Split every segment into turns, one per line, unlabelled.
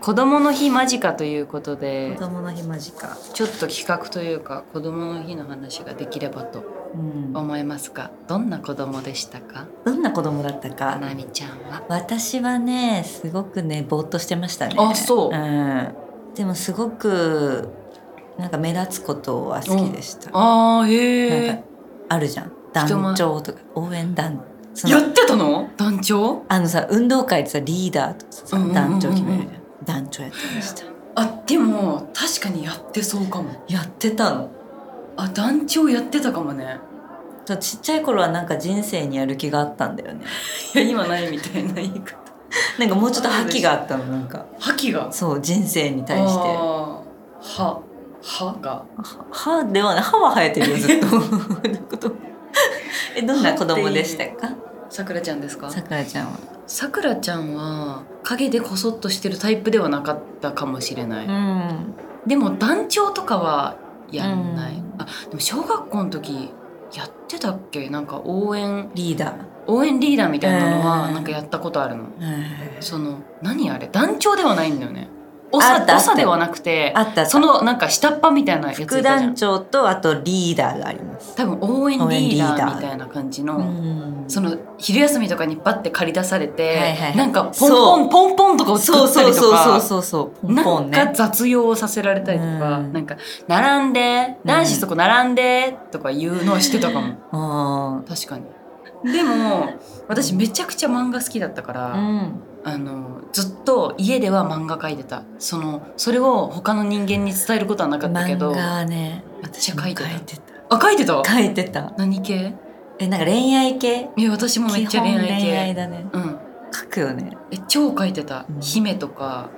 子供の日間近ということで
子供の日間近、
ちょっと企画というか子供の日の話ができればと
うん、
思いますがどんな子供でしたか
どんな子供だった
あ
か
なみちゃんは
私はねすごくねぼーっとしてましたね、
あそうん
でもすごくなんか目立つことは好きでした、
あーへ
なん
え
かあるじゃん
人前
団長とか応援団そ
や
の
ってたの団長
あのさ運動会ってさリーダーとかさ
うんうんうんうん
団長決めるじゃん,、団長やってました
あでも確かにやってそうかも
やってたの
あ団長やってたかもね
そうちっちゃい頃はなんか人生にやる気があったんだよね
いや今ないみたいな言い方
なんかもうちょっと覇気があったのなんか
覇気が
そう人生に対しては
あーは歯が
歯ではない歯は生えてるよずっとどういう ことえどんな子供でしたか
さくらちゃんですか
さくらちゃんは
さくらちゃんは影でこそっとしてるタイプではなかったかもしれない、
ん
でも団長とかはやんない、
うん
あでも小学校の時やってたっけなんか応援
リーダ
応援リーダーみたいなのは
うん
なんかやったことあるの、
ー
その何あれ団長ではないんだよね
あったあった
長ではなくて
あったあった
そのなんか下っ端みたいなやついた
副
じゃん
団長とあとリーダーがあります
多分応援
応援
リー
リーダー
ダーみたいな感じの、
ん
その昼休みとかにバッて借り出されて、
はいはい
なんかポンポンポンポンとかを作
そう
った
そ
り
う
と
そうそ
か
うそうそうポンポ
な
ン
んか
ね
雑用をさせられたりとか、
うん
なんか「並んで
うん
男子そこ並んで」とか言うのはしてたかも
あ
確かに。でも私めちゃくちゃ漫画好きだったから、
ーうん
あのずっと家では漫画描いてたそのそれを他の人間に伝えることはなかったけど
漫画はね
めっちゃ書いてた
書いて
あ描いてた
た書いてた
何系
えなんか恋愛系
いや私もめっちゃ恋愛
基本恋愛
系
だね
うん
書くよね
え超描いてた、
うん
姫とか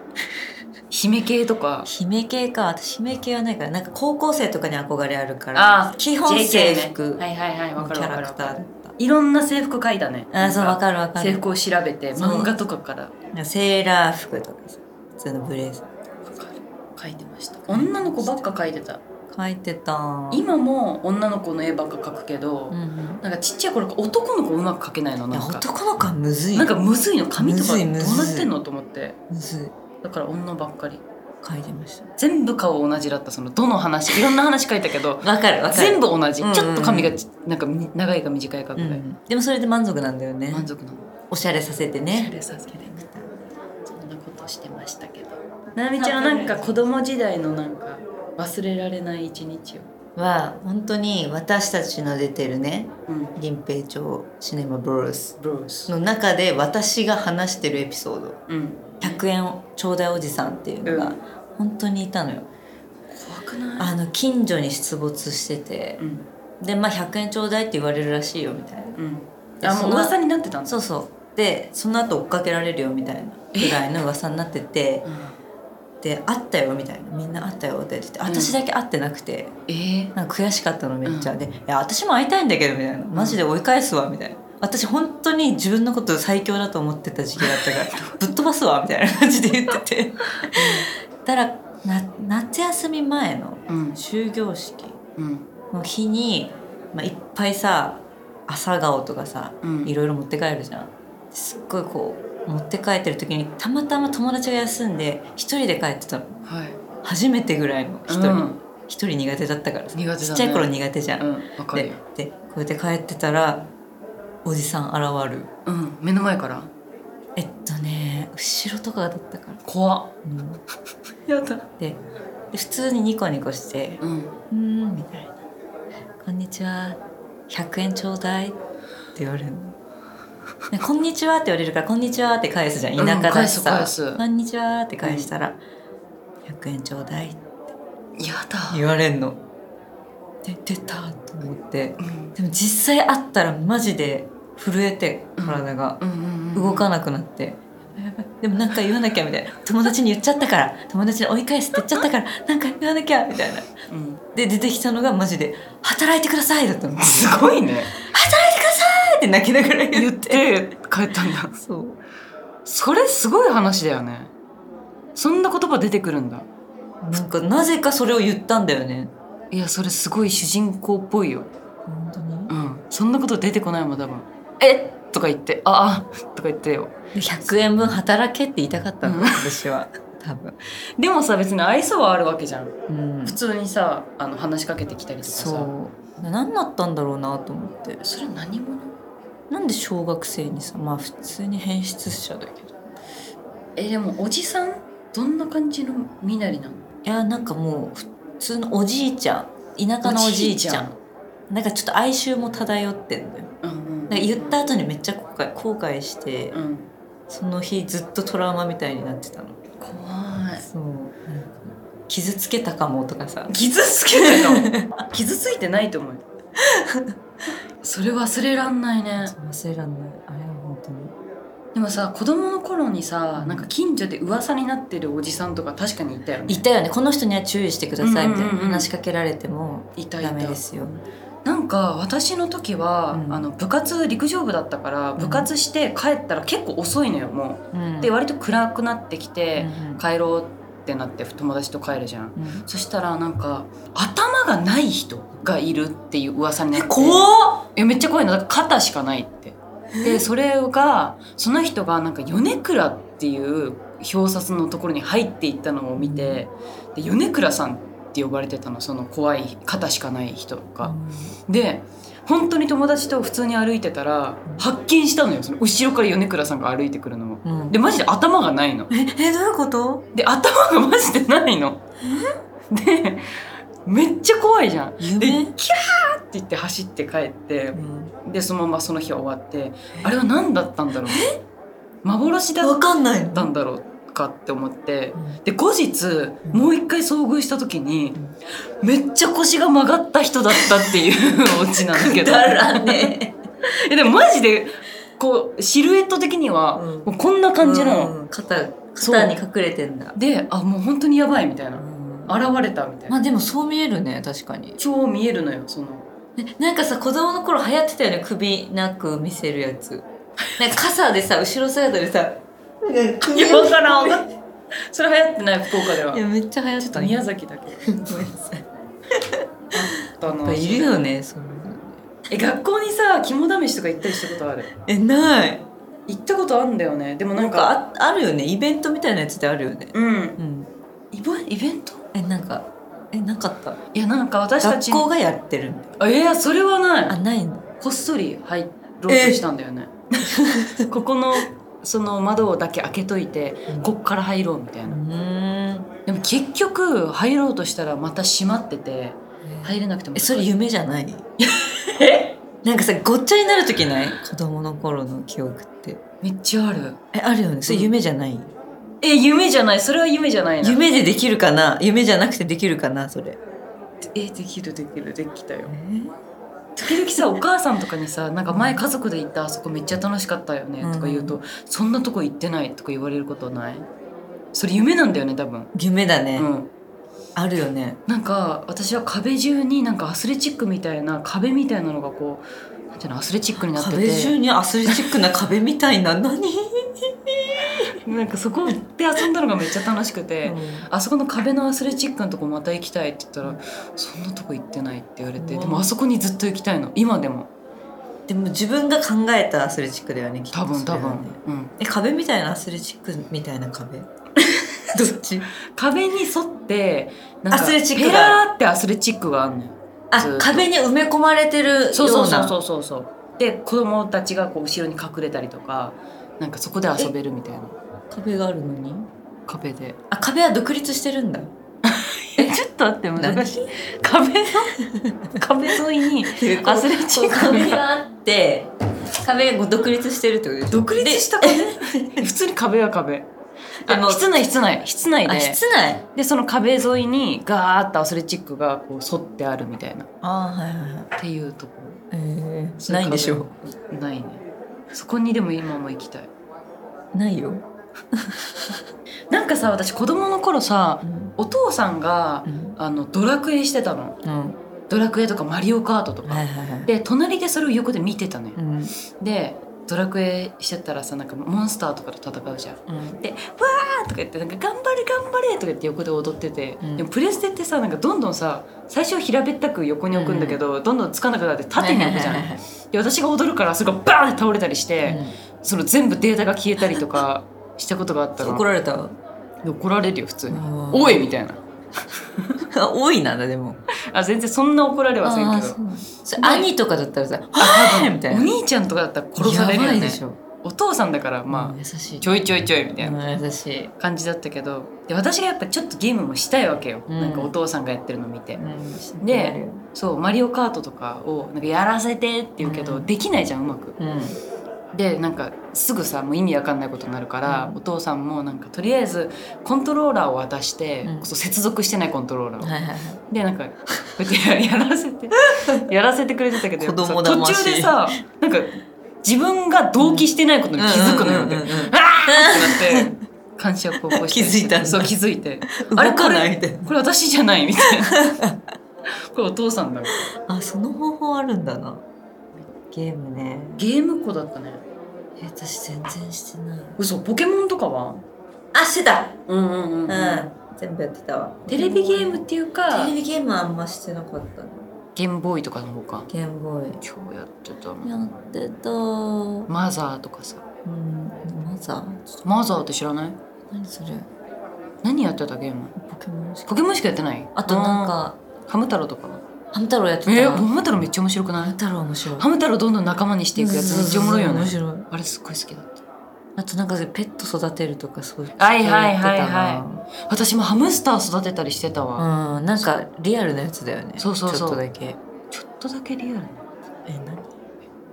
姫系とか
姫系か私姫系はないからなんか高校生とかに憧れあるか
あ
ら基本
JK
制
ね
服
はいはいはいわ
の
かる
キ
わ
ャ
か
ラ
るわ
クタ
か
ー
る
だった
いろんな制服描いたね
あーそう
な
わ
んか
かるわか
制
る
服を調べて
そう
漫画とかから
セーラー服とかさ普通のブレザ
描いてました女の子ばっか描いてた
ー書いてた
今も女の子の絵ばっか描くけど、
うんうん
なんかちっちゃい頃から男の子うまく描けないの
い
な
や
んか
男の子はむずいよ
なんかむずいの髪とかど
むず
う
い
な
むずい
ってんのと思って
むずい
だから女ばっかり
書いてました
全部顔同じだったそのどの話い ろんな話書いたけど
わかるわかる
全部同じ、
うんうんうん
ちょっと髪がちなんかみ長いか短いかぐ
う
らい、
ん、でもそれで満足なんだよね
満足なの
おしゃれさせて
おしゃ
ね
れさせてみたいそんなことしてましたけどなみちゃんはなんか子供時代のなんか忘れられない一日を、
は本当に私たちの出てるね
うん、
林平町シネマブルース
ブルース
の中で私が話してるエピソード
うん
100円ちょうだいおじさんっていうの
う
が
ん
本当にいたのよ、
怖くない
あの近所に出没してて
うん
でまあ100円ちょうだいって言われるらしいよみたい
うん
で
あ
そ
もう
の
噂になってたん
な
だ
そうそうでその後追っかけられるよみたいなぐらいの噂になってて
うん
で会ったよみたいなみんな会ったよって言ってて
ん
私だけ会ってなくて、
えー、
なんか悔しかったのめっちゃ、
うん
で「いや私も会いたいんだけど」みたいな「マジで追い返すわ」みたいな私本当に自分のこと最強だと思ってた時期だった から「ぶっ飛ばすわ」みたいな感じで言っててたらな夏休み前の
うん
終業式
うん
の日に、まあ、いっぱいさ朝顔とかさ
うん
いろいろ持って帰るじゃんすっごいこう持って帰ってる時にたまたま友達が休んで一人で帰ってたの
はい
初めてぐらいの一人、
うん
一人苦手だったからさ
苦手だね
ちっちゃい頃苦手じゃん、
うんわかる
で
よ
でこうやって帰ってたらおじさん現る
うん目の前から
えっとね後ろとかだったから、
怖っ
うん
やだ
でで普通にニコニコして
うん
「うーん」みたいな「こんにちは100円ちょうだい」って言われるの。でこんにちはって言われるから、こんにちはって返すじゃん。
うん
田舎だしさ、
返す返す
こんにちはって返したら、100円ちょうだいって
やだ
言われんの。で、出たと思って。
うん
でも実際会ったらマジで震えて、体が。
うんうんうん
動かなくなって。やばいでもなんか言わなきゃみたいな友達に言っちゃったから友達に追い返すって言っちゃったからなんか言わなきゃみたいな
うん
で出てきたのがマジで「働いてください」だったの「働
すごいね
いてください!」って泣きながら言
言
っ
ってて帰ったんだ
そう
それすごい話だよねそんな言葉出てくるんだ
なんかなぜかそれを言ったんだよね
いやそれすごい主人公っぽいよ
本当に
うんそんなこと出てこないもん多分えとか言ってああとか言ってよ
100円分働けって言いたかったの、
うん
私は多分、
でもさ別に愛想はあるわけじゃん
うん
普、通にさあの話しかけてきたりとかさ
そう何だったんだろうなと思って
それ何者
なんで小学生にさまあ普通に変質者だけど
えでもおじさんどんな感じの身なりなの
いやなんかもう普通のおじいちゃん田舎のおじいちゃんなんかちょっと哀愁も漂ってんだよ
うんうん
なんか言った後にめっちゃ後悔後悔して、
うん
その日ずっとトラウマみたいになってたの
怖い
そうなんか傷つけたかもとかさ
傷つけてるの傷ついてないと思うよそれ忘れらんないね
忘れらんないあれは本当に
でもさ子供の頃にさなんか近所で噂になってるおじさんとか確かにいたよね
言ったよねこの人には注意してくださいみたいな
うんうんうんうん
話しかけられても
いたい
ダ
た
メですよ
なんか私の時は、
うん
あの部活陸上部だったから部活して帰ったら結構遅いのよもうで割と暗くなってき
うん
て、
うん
帰ろうってなって友達と帰るじゃん
うん
そしたらなんか頭がない人がいるっていう噂にな
え
って
怖っ
いやめっちゃ怖いのだから肩しかないってでそれがその人がなんか米倉っていう表札のところに入っていったのを見てで米倉さんって呼ばれてたのその怖い肩しかない人が。で本当に友達と普通に歩いてたら発見したのよその後ろから米倉さんが歩いてくるのを。
うん
でマジで頭がないの。
ええどういうこと
で頭がマジでないの。でめっちゃ怖いじゃん。でキャ
夢
ーって言って走って帰って
うん
でそのままその日は終わってあれは何だったんだろう幻だ
わ
っ
かんないの
たんだろうかって思って
うん
で後日もう一回遭遇した時に
うん
めっちゃ腰が曲がった人だったっていう オチなんだけど
だらね
えでもマジでこうシルエット的には
うん
もうこんな感じなの、
うん肩
そう
肩に隠れてんだ
であもう本当にやばいみたいな
うん
現れたみたいな
まあでもそう見えるね確かに
超見えるのよその
ねなんかさ子供の頃流行ってたよね首なく見せるやつなんか傘でさ後ろサイドでさ
いやわからんわかん それ流行ってない福岡ではい
やめっちゃ流行ってた
宮崎だけ
ごめんなさいや
だ
っ
な
ぱいるよねそういうの
え学校にさ肝試しとか行ったりしたことある
えない
行ったことあるんだよねでもな
な
ん
ん
か
かああるよねイベントみたいなやつであるよね
うん
うん
イベイベント
えなんかえなかった
いやなんか私た
学
ち
校がやってるんだ
あいやそれはな
あ
い
ないんだ
こっそり入ろうとしたんだよ ねここのその窓だけ開けといて
うん
こっから入ろうみたいうな
ーん
でも結局入ろうとしたらまた閉まってて入れなくても
えそれ夢じゃない
え
なんかさごっちゃになる時ない子供の頃の記憶って
めっちゃある
えあるよねそれ夢じゃない、
え夢じゃないそれは夢じゃないな
夢でできるかな夢じゃなくてできるかなそれ、
えできるできるできたよ時々さお母さんとかにさ「なんか前家族で行ったあそこめっちゃ楽しかったよね」とか言うと「
う
そんなとこ行ってない」とか言われることないそれ夢なんだよね多分、
夢だね、
うん、
あるよね
なんか私は壁中になんかアスレチックみたいな壁みたいなのがこうなんていうのアスレチックになってて
壁中にアスレチックな壁みたい な何、
なんかそこで遊んだのがめっちゃ楽しくて。あそこの壁のアスレチックのとこまた行きたいって言ったら「そんなとこ行ってない」って言われて
うわ
でもあそこにずっと行きたいの今でも
でも自分が考えたアスレチックだよねきっと
多分
それ
多
はね
分、うん、
え壁みたいなアスレチックみたい な壁どっち
壁に沿ってなん
アスレチックが
ペラーってアスレチックがあんのよずっ
あ
と
壁に埋め込まれてるような
そうそうそうそうそうそうで子供たちがこう後ろに隠れたりとかなんかそこで遊べるみたいな
壁があるのに
壁で
あ壁は独立してるんだ
えちょっと待って
難し
い壁の壁沿 いにアスレチック
壁
が
があって壁が独立してるってことでしょ
独立した壁 普通に壁は壁
あの
あ室内室内室内
あ
で
室内
でその壁沿いにガーッとアスレチックがこう沿ってあるみたいなっ
あはいはいはい
ていうとこ
えー
そういう壁
ないんでしょ
ないねそこにでも今も行きたいう
ないよ、
なんかさ私子供の頃さ
うん
お父さんが
うん
あのドラクエしてたのドラクエとかマリオカートとか、
はいはいはい
で隣でそれを横で見てたのよ、
うん
でドラクエしてたらさなんかモンスターとかと戦うじゃん
うん
で「わー!」とか言って「なんか頑張れ頑張れ!」とか言って横で踊ってて、
うん
でもプレステってさなんかどんどんさ最初は平べったく横に置くんだけど、どんどんつかなくなって縦に置くじゃん、
はいはいはい
で私が踊るからそれがバーンって倒れたりし
はい
て、その全部データが消えたりとかしたことがあった
うん
の
怒られた
怒られるよ普通に「
多
お
い
い!」みたいな
多いなんだでも
あ全然そんな怒られはせん
あ
けど
ーそれ兄とかだったらさ「
あ
はい!」み
多
たい
分お
な
兄ちゃんとかだったら殺されるよ
やばい
ね
でしょ
お父さんだからま
うん優し
あ
い
ちょいちょいちょいみたいな
うん優しい、
感じだったけどで私がやっぱちょっとゲームもしたいわけよ、
うん
なんかお父さんがやってるの見て
うん
で
やるよ
そう「マリオカート」とかをなんかやらせてって言うけど、
うん
できないじゃんうまく
うん
でなんかすぐさもう意味わかんないことになるから、
うん
お父さんもなんかとりあえずコントローラーを渡して、
うん
そう接続してないコントローラーを、
はいはいはい
でなんかこうやってやらせてやらせてくれてたけど
子供
やっぱ
魂
さ途中でさなんか自分が同期してないことに気づくのよね、
うんうんうんうん
あ
うん
ーってなって感触を起こして
気づいたんだ
そう気づいて
動
あれこ
かない
れ
みたいな
これ私じゃないみたいなこれお父さんだ
あその方法あるんだなゲームね
ゲームっ子だったね
え私全然してない
嘘ポケモンとかは
あしてた
うんうんうん、
うん、全部やってたわ
テレビゲームっていうか
テレビゲームはあんましてなかったな
ゲームボーイとかの方か
ゲームボーイ
今日やってたもん
やってたうん
マザーとかさ
マザーちょっ
マザーって知らない
と何それ
何やってたゲーム
ポケモンしか
ポケモンしかやってない
あとなんか
ハム太郎とかは
ハム太郎やってた
えー、ハム太郎めっちゃ面白く
ハ
な
ム
い
太郎面白い
ハム太郎どんどん仲間にしていくやつめっちゃおもろいよね
面白い
あれすっごい好きだった
あとなんかペット育てるとかそういう
はいはいはいはい
やってた
私もハムスター育てたりしてたわ、
なうんなんかリアルなやつだよね
そうそうそう
ちょっとだけ
ちょっとだけリアルな
え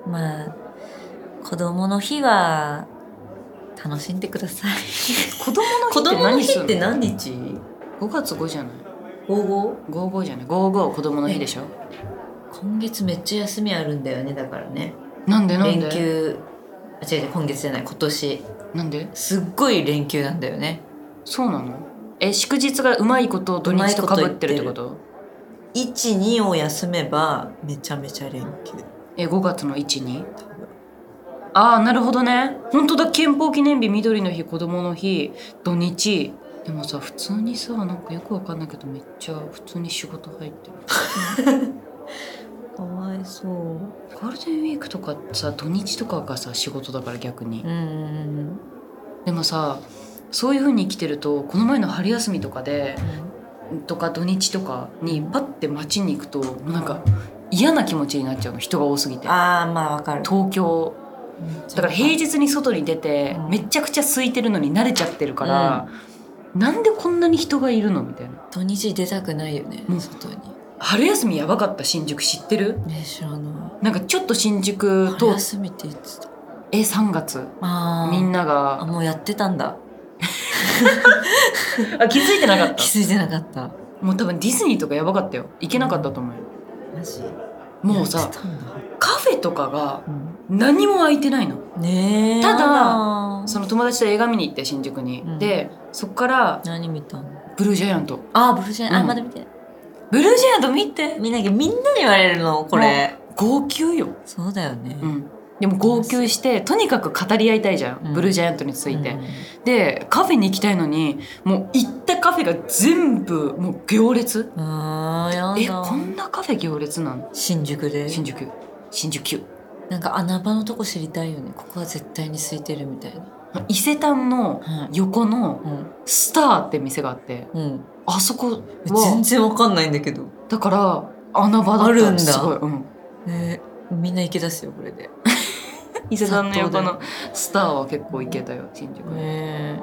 何まあ子供の日は楽しんでください
子供
子
の日って
供の
何
日
する
って
の
何日
5月5じゃない
午後
55じゃない55子供の日でしょ
今月めっちゃ休みあるんだよねだからね
なんでなん
連
で
休あ違う違う今月じゃない今年
なんです
っごい連休なんだよね
そうなのえ祝日がうまいこと土日とかぶってるってこと
12を休めばめちゃめちゃ連休
え5月の12ああなるほどね本当だ憲法記念日緑の日子供の日土日でもさ普通にさなんかよくわかんないけどめっちゃ普通に仕事入ってる
かわいそう
ゴールデンウィークとかさ土日とかがさ仕事だから逆に
うんうん
でもさそういう風に生きてるとこの前の春休みとかでとか土日とかにパッて街に行くともうなんか嫌な気持ちになっちゃうの人が多すぎて
ああまあわかる
東京だから平日に外に出て
うん
めちゃくちゃ空いてるのに慣れちゃってるから、なんでこんなに人がいるのみたいな
土日出たくないよね、
うん
外に
春休みやばかった新宿知ってる
ね知らな
なんかちょっと新
い
宿
春
と
休みって言ってた
え3月
あー
みんな
あ
が
もうやってたんだ
あ気づいてなかっ
気
た
づいてなかった
もう多分ディズニーとかやばかったよ行けなかったと思うよ
マジ
もう
やっ
さ
てたんだ、
カフェとかが
うん
何も空いてないの
ねえ
ただ
やだ
その友達と映画見に行って新宿に、
うん
でそっから
何見たの
ブルージャイアント
あーブルージャイアント、
うん
あまだ見てない
ブルージャイアント見て
みんなみんなに言われるのこれ
号泣よ
そうだよね、
うん、でも号泣してとにかく語り合いたいじゃん、
うん
ブルージャイアントについて、
うん
でカフェに行きたいのにもう行ったカフェが全部もう行列
あー
え
やだ
こんなカフェ行列なの
新宿で
新宿新宿
なんか穴場のとこ知りたいよねここは絶対に空いてるみたいな、
伊勢丹の
はい
横の
うん
スターって店があって
うん、
あそこ
全
は
然わかんないんだけど、
だから穴場だった
あるんだ
すごい、うん、
ね、みんな行け出すよこれで
伊勢丹の
殺到
横
だよ
のスターは結構行けたよ新宿、
ねえ